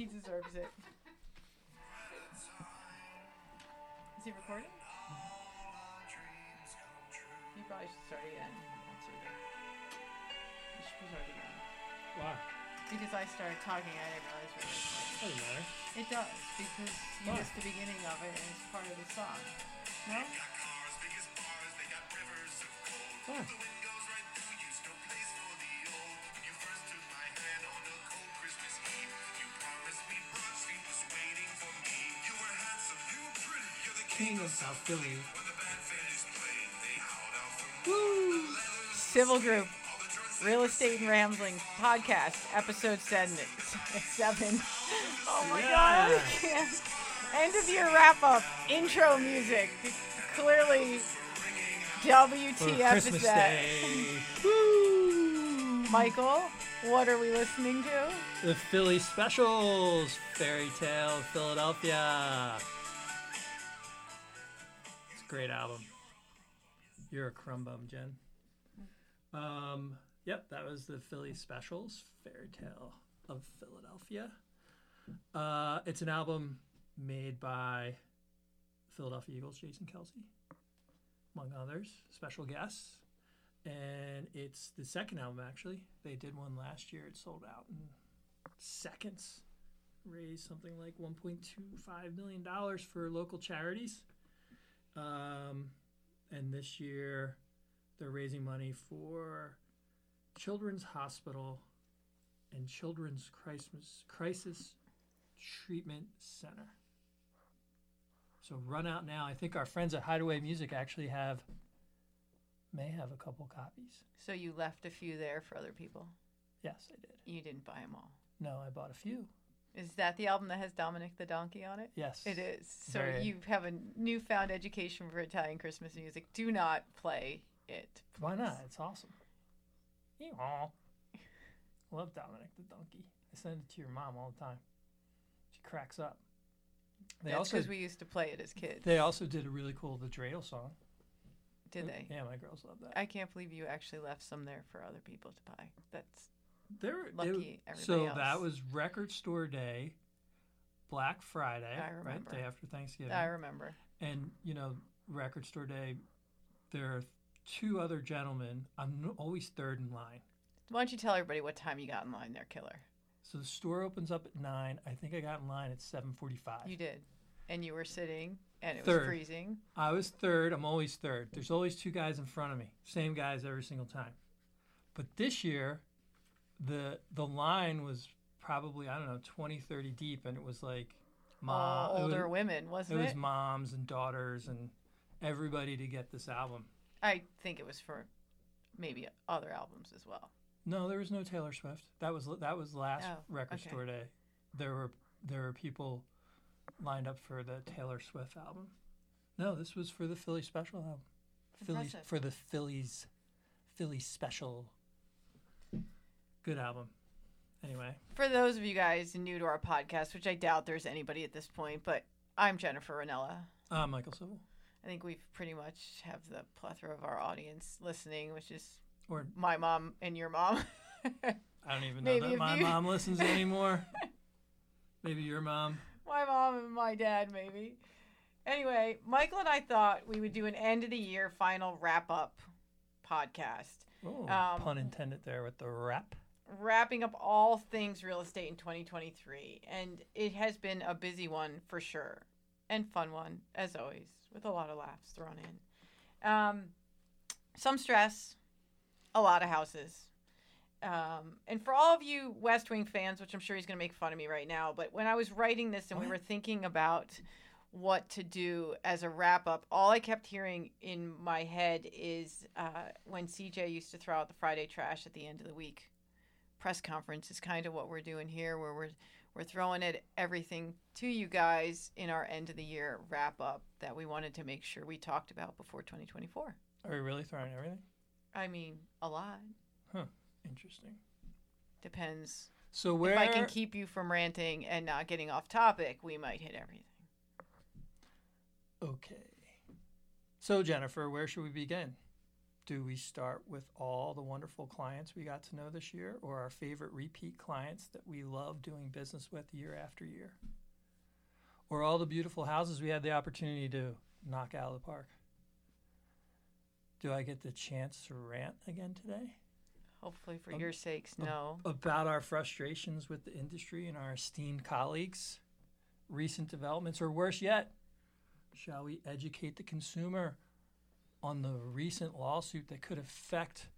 deserves it. Is he recording? You probably should start again. That's really You should start again. Why? Because I started talking, I didn't realize we were recording. Doesn't matter. It does, because you Why? missed the beginning of it and it's part of the song. No? Why? King of South Philly. Woo! Civil Group, Real Estate and Rambling Podcast, episode seven. seven. Oh my god, I can't. End of year wrap up, intro music. Clearly, For WTF Christmas is that. Day, Michael, what are we listening to? the Philly specials, Fairy Tale of Philadelphia. It's a great album. You're a crumb bum, Jen. Um, yep, that was the Philly specials, Fairy Tale of Philadelphia. Uh, it's an album made by Philadelphia Eagles Jason Kelsey, among others, special guests. and it's the second album actually. They did one last year. It sold out in seconds. Raised something like 1.25 million dollars for local charities. Um, and this year, they're raising money for Children's Hospital and Children's Crisis Crisis Treatment Center. So run out now. I think our friends at Hideaway Music actually have may have a couple copies. So you left a few there for other people. Yes, I did. You didn't buy them all. No, I bought a few. Is that the album that has Dominic the Donkey on it? Yes. It is. So Very- you have a newfound education for Italian Christmas music. Do not play it. Why not? It's awesome. Yeehaw. I love Dominic the Donkey. I send it to your mom all the time. She cracks up. They That's also because we used to play it as kids. they also did a really cool The Dreidel song. did they? Yeah, my girls love that. I can't believe you actually left some there for other people to buy. That's They're lucky so everybody that else. was Record Store Day, Black Friday, I right? remember. Day after Thanksgiving. I remember. and you know record store day there are two other gentlemen i'm n- always third in line Why don't you tell everybody what time you got in line there, killer? so the store opens up at 9 i think i got in line at 7.45 You did. And you were sitting and it Third. was freezing. i was third i'm always third there's always two guys in front of me same guys every single time but this year the the line was probably i don't know 20 30 deep and it was like mom All it older was, women, it wasn't it? was moms and daughters and everybody to get this album I think it was for maybe other albums as well. No, there was no Taylor Swift. That was that was last Oh, record okay. store day. There were there were people lined up for the Taylor Swift album. No, this was for the Philly special album. Phillies Impressive. for the Phillies Philly special. Good album. Anyway, For those of you guys new to our podcast, which I doubt there's anybody at this point, but I'm Jennifer Ranella. uh, Michael Civil I think we've pretty much have the plethora of our audience listening, which is or my mom and your mom. my I don't even know Maybe that if my you- mom listens anymore. Maybe your mom. mom and my dad, maybe. Anyway, Michael and I thought we would do an end of the year final wrap up podcast. Oh, Um, pun intended there with the rap. wrapping up all things real estate in 2023 and it has been a busy one for sure and fun one as always with a lot of laughs thrown in um, some stress a lot of houses um, and for all of you west wing fans which i'm sure he's going to make fun of me right now but when i was writing this and we were What? thinking about what to do as a wrap up all i kept hearing in my head is uh, when cj used to throw out the friday trash at the end of the week press conference is kind of what we're doing here where we're we're throwing it everything to you guys in our end of the year wrap up that we wanted to make sure we talked about before 2024 Are we really throwing everything? i mean a lot Huh. Interesting. depends So where if i can keep you from ranting and not getting off topic we might hit everything Okay. So, Jennifer, where should we begin? do we start with all the wonderful clients we got to know this year or our favorite repeat clients that we love doing business with year after year? Or all the beautiful houses we had the opportunity to knock out of the park? Do I get the chance to rant again today Hopefully, for your sakes, no. about our frustrations with the industry and our esteemed colleagues, recent developments, or worse yet, shall we educate the consumer on the recent lawsuit that could affect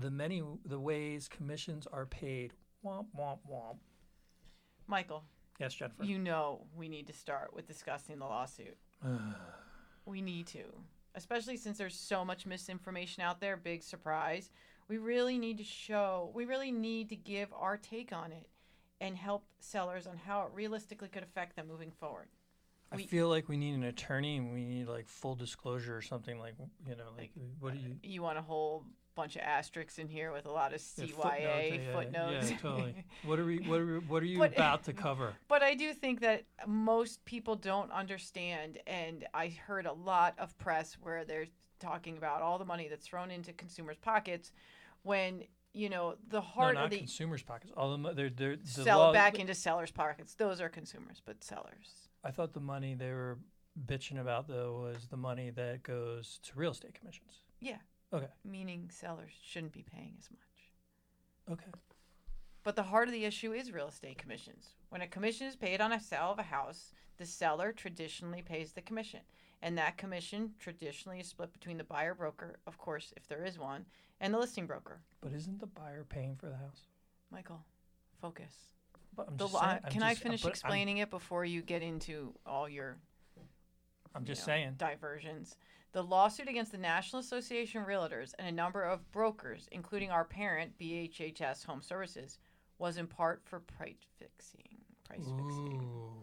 the many the ways commissions are paid? Womp womp womp. Michael, Yes, Jennifer. you know we need to start with discussing the lawsuit. we need to, especially since there's so much misinformation out there. Big surprise. We really need to show, we really need to give our take on it and help sellers on how it realistically could affect them moving forward. I we- feel like we need an attorney and we need like full disclosure or something like you know like, what do you You want a whole bunch of asterisks in here with a lot of yeah, CYA yeah, yeah, footnotes. Yeah, totally. What are we? What are we, What are you But- about to cover? But I do think that most people don't understand, and I heard a lot of press where they're talking about all the money that's thrown into consumers' pockets when you know the heart no, of not the consumers' pockets. All the mo- they're, they're, the sell law- back into sellers' pockets. Those are consumers, but sellers. I thought the money they were bitching about though was the money that goes to real estate commissions. Yeah, Okay. meaning sellers shouldn't be paying as much. Okay. But the heart of the issue is real estate commissions. When a commission is paid on a sale of a house, the seller traditionally pays the commission. And that commission traditionally is split between the buyer broker, of course, if there is one, and the listing broker. But isn't the buyer paying for the house? Michael, focus. But I'm The just law, saying, I'm can I just- I'm finish put- I'm- explaining it before you get into all your I'm, you just know, saying. diversions. The lawsuit against the National Association of Realtors and a number of brokers, including our parent BHHS Home Services, was in part for price fixing. Price fixing. Ooh.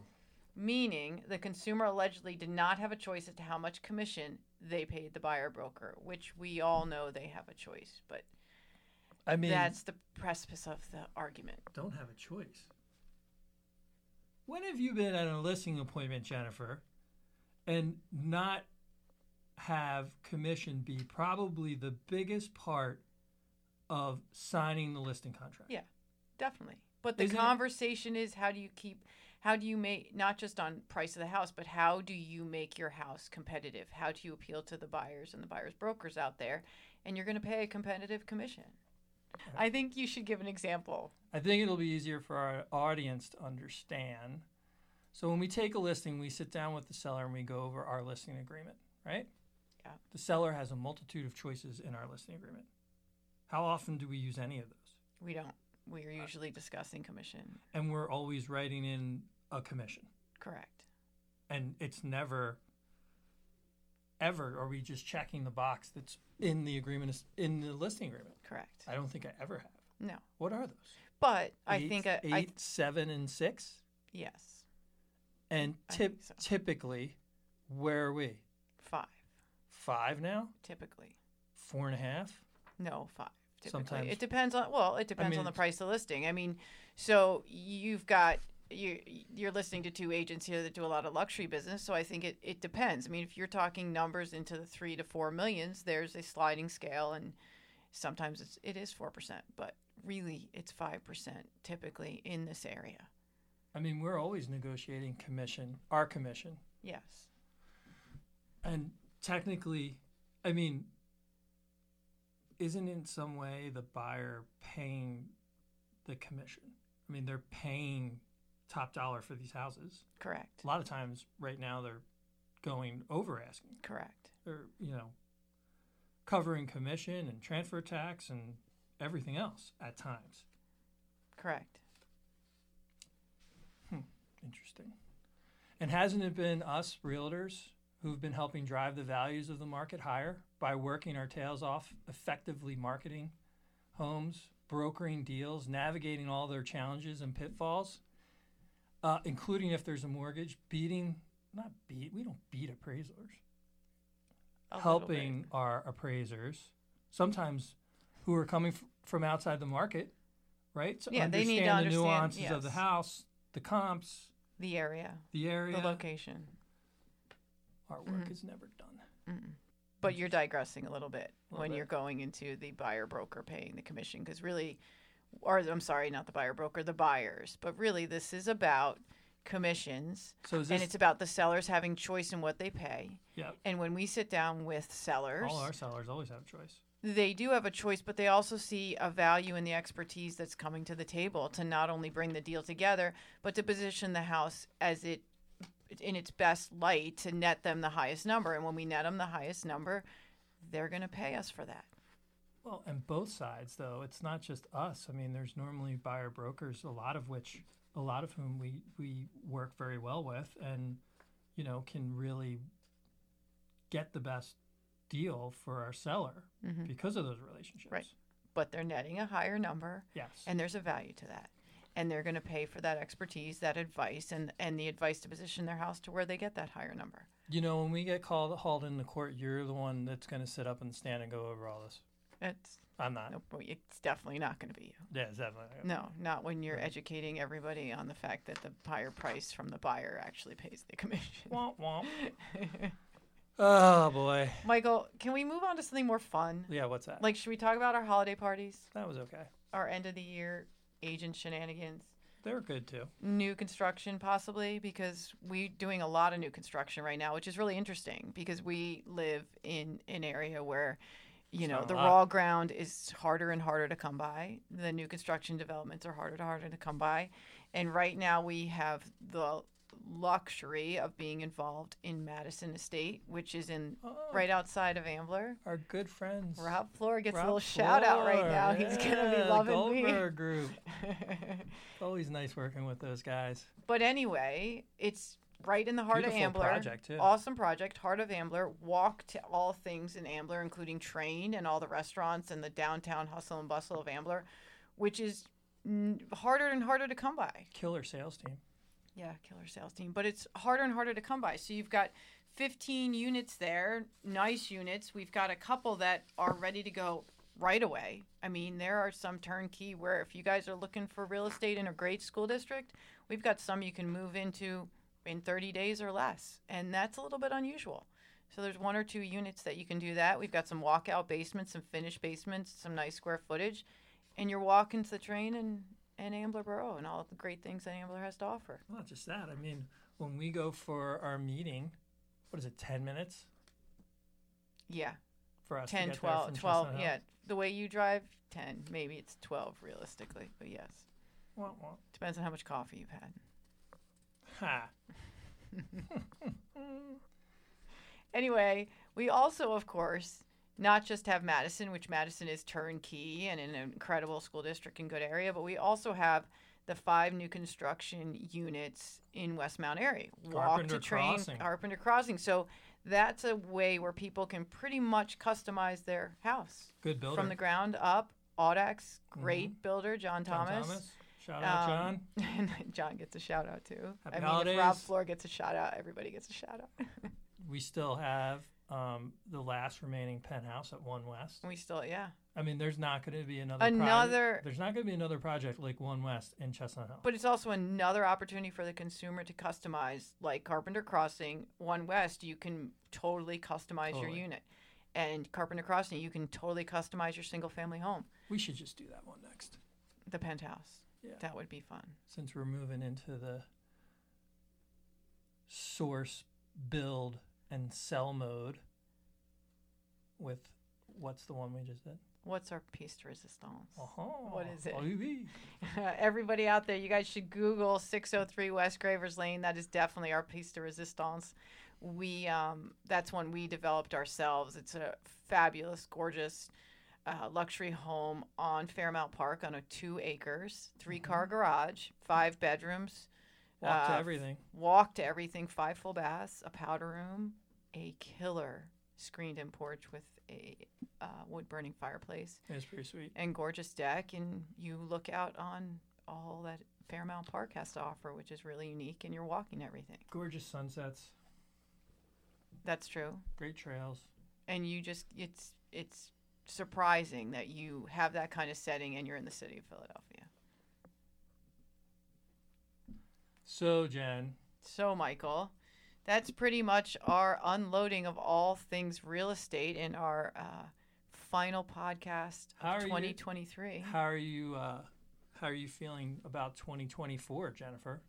meaning the consumer allegedly did not have a choice as to how much commission they paid the buyer broker, which we all know they have a choice, but I mean, that's the precipice of the argument. don't have a choice. When have you been at a listing appointment, Jennifer, and not have commission be probably the biggest part of signing the listing contract? Yeah, definitely. But the Isn't it- conversation is how do you keep how do you make not just on price of the house, but how do you make your house competitive? How do you appeal to the buyers and the buyers brokers out there? And you're going to pay a competitive commission. I think you should give an example. I think it'll be easier for our audience to understand. So when we take a listing, we sit down with the seller and we go over our listing agreement, right? Yeah. The seller has a multitude of choices in our listing agreement. How often do we use any of those? We don't. We Uh, are usually discussing commission. And we're always writing in a commission. Correct. And it's never ever are we just checking the box that's in the agreement in the listing agreement. Correct. I don't think I ever have. No. What are those? But I Eight- think I, I eight, seven, and six? yes. And Mm, I tip, think so. typically, where are we? 5 Five now? typically. Four and a half? No, five. Typically. Sometimes- it depends on well, it depends mean, on the it's- price of listing. I mean, so you've got you you're listening to two agents here that do a lot of luxury business, so I think it, it depends. I mean, if you're talking numbers into the three to four millions, there's a sliding scale, and sometimes it's it is four percent, but really it's five percent typically in this area. I mean, we're always negotiating commission, our commission. Yes, And technically, I mean, isn't in some way the buyer paying the commission? I mean, they're paying top dollar for these houses. correct, A lot of times right now they're going over asking correct. or, you know, covering commission and transfer tax and everything else at times. Correct. Interesting. And hasn't it been us realtors who've been helping drive the values of the market higher by working our tails off, effectively marketing homes, brokering deals, navigating all their challenges and pitfalls, uh, including if there's a mortgage, beating, not beat, we don't beat appraisers, A little bit. helping our appraisers, sometimes who are coming f- from outside the market, right? To Yeah, they need to the understand- nuances of the yes. house, the comps, the area, the area. the location. Mm-hmm. Our work is never done. But you're digressing a little bit Little when bit. you're going into the buyer broker paying the commission because really, or I'm sorry, not the buyer broker, the buyers. But really, this is about commissions So is and this it's about the sellers having choice in what they pay. yeah? And when we sit down with sellers, All our sellers always have a choice. they do have a choice, but they also see a value in the expertise that's coming to the table to not only bring the deal together, but to position the house as it in its best light to net them the highest number. And when we net them the highest number, they're going to pay us for that. Well, and both sides though, it's not just us. I mean, there's normally buyer brokers, a lot of which, a lot of whom we we work very well with, and you know can really get the best deal for our seller because of those relationships. Mm-hmm. Right. But they're netting a higher number, Yes. and there's a value to that. And they're going to pay for that expertise, that advice, and, and the advice to position their house to where they get that higher number. you know, when we get called hauled into court, you're the one that's going to sit up and stand and go over all this. It's I'm not. nope, it's definitely not going to be you. Yeah, it's definitely. No, not when you're educating everybody on the fact that the higher price from the buyer actually pays the commission. Womp womp. oh boy. Michael, can we move on to something more fun? Yeah. What's that? Like, should we talk about our holiday parties, that was okay. our end of the year agent shenanigans, They were good too. new construction possibly? Because we're doing a lot of new construction right now, which is really interesting because we live in an area where. You know, not a the lot. raw ground is harder and harder to come by. The new construction developments are harder and harder to come by. And right now we have the luxury of being involved in Madison Estate, which is in right outside of Ambler. Our good friends. Rob Floor gets Rob a little shout out right Fleur, now. He's gonna yeah, be the loving me. Goldberg Group. Always nice working with those guys. but anyway, it's right in the heart Beautiful of Ambler. project, too. Awesome project, heart of Ambler. Walk to all things in Ambler, including train and all the restaurants and the downtown hustle and bustle of Ambler, which is n- harder and harder to come by. Killer sales team. Yeah, killer sales team. But it's harder and harder to come by. So you've got 15 units there, nice units. We've got a couple that are ready to go right away. I mean, there are some turnkey where if you guys are looking for real estate in a great school district, we've got some you can move into in 30 days or less. And that's a little bit unusual. So there's one or two units that you can do that. We've got some walkout basements, some finished basements, some nice square footage. And you're walking to the train and, and Ambler Borough and all the great things that Ambler has to offer. Not just that. I mean, when we go for our meeting, what is it? Ten minutes Yeah, for us. to 10, get there 12, from 12. Chestnut Hill? Yeah, the way you drive, 10. Maybe it's 12 realistically, but yes. Wah, wah. Depends on how much coffee you've had. Ha. Anyway, we also, of course, not just have Madison, which Madison is turnkey and an incredible school district and good area, but we also have the five new construction units in West Mount Airy. Walk Carpenter to train, Crossing. Carpenter Crossing. So that's a way where people can pretty much customize their house Good builder. from the ground up. Audax, great builder, John Mm-hmm. John Thomas. Shout out, John. Um, and John gets a shout out too. Happy I mean, holidays. if Rob Floor gets a shout out, everybody gets a shout out. We still have um, the last remaining penthouse at One West. we still, yeah. I mean, there's not going to be another Another- Project. There's not going to be another project like One West in Chestnut Hill. But it's also another opportunity for the consumer to customize, like Carpenter Crossing, One West, you can totally customize your Totally. unit. And Carpenter Crossing, you can totally customize your single family home, we should just do that one next. the penthouse. Yeah. That would be fun. since we're moving into the source, build, and sell mode with what's the one we just did? What's our piece de resistance? Uh-huh. What is it? Oh, wee, wee. Everybody out there, you guys should Google 603 West Gravers Lane. That is definitely our piece de resistance. We um, that's one we developed ourselves. It's a fabulous, gorgeous uh, luxury home on Fairmount Park on a two acres, three car garage, five bedrooms, Mm-hmm. Walk to Uh, everything. walk to everything, five full baths, a powder room, a killer screened in porch with a uh, wood burning fireplace It was pretty sweet. and gorgeous deck and you look out on all that Fairmount Park has to offer, which is really unique and you're walking everything. Gorgeous sunsets, That's true. great trails. And you just it's it's surprising that you have that kind of setting and you're in the city of Philadelphia. So, Jen, So Michael, that's pretty much our unloading of all things real estate in our uh, final podcast How are of you- 2023. How are you? Uh, how are you feeling about 2024, Jennifer?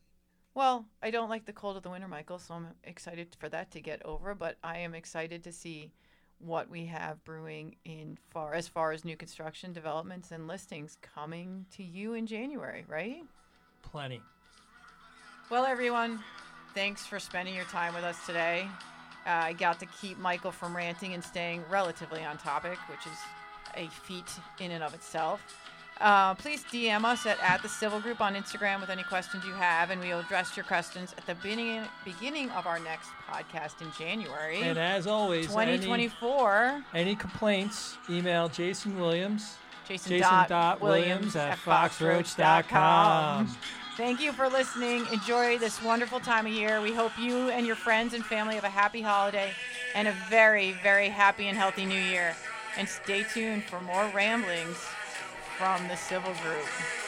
Well, I don't like the cold of the winter, Michael, so I'm excited for that to get over. But I am excited to see what we have brewing in far as far as new construction developments and listings coming to you in January, right? Plenty. Well, everyone, thanks for spending your time with us today. Uh, I got to keep Michael from ranting and staying relatively on topic, which is a feat in and of itself. Uh, please DM us at, at the Civil Group on Instagram with any questions you have, and we will address your questions at the beginning, beginning of our next podcast in January And as always, any- 2024. Any, complaints? Email Jason Williams. Jason, Jason dot dot Williams at foxroach.com. Thank you for listening. Enjoy this wonderful time of year. We hope you and your friends and family have a happy holiday and a very, very happy and healthy new year. And stay tuned for more ramblings from the Civil Group.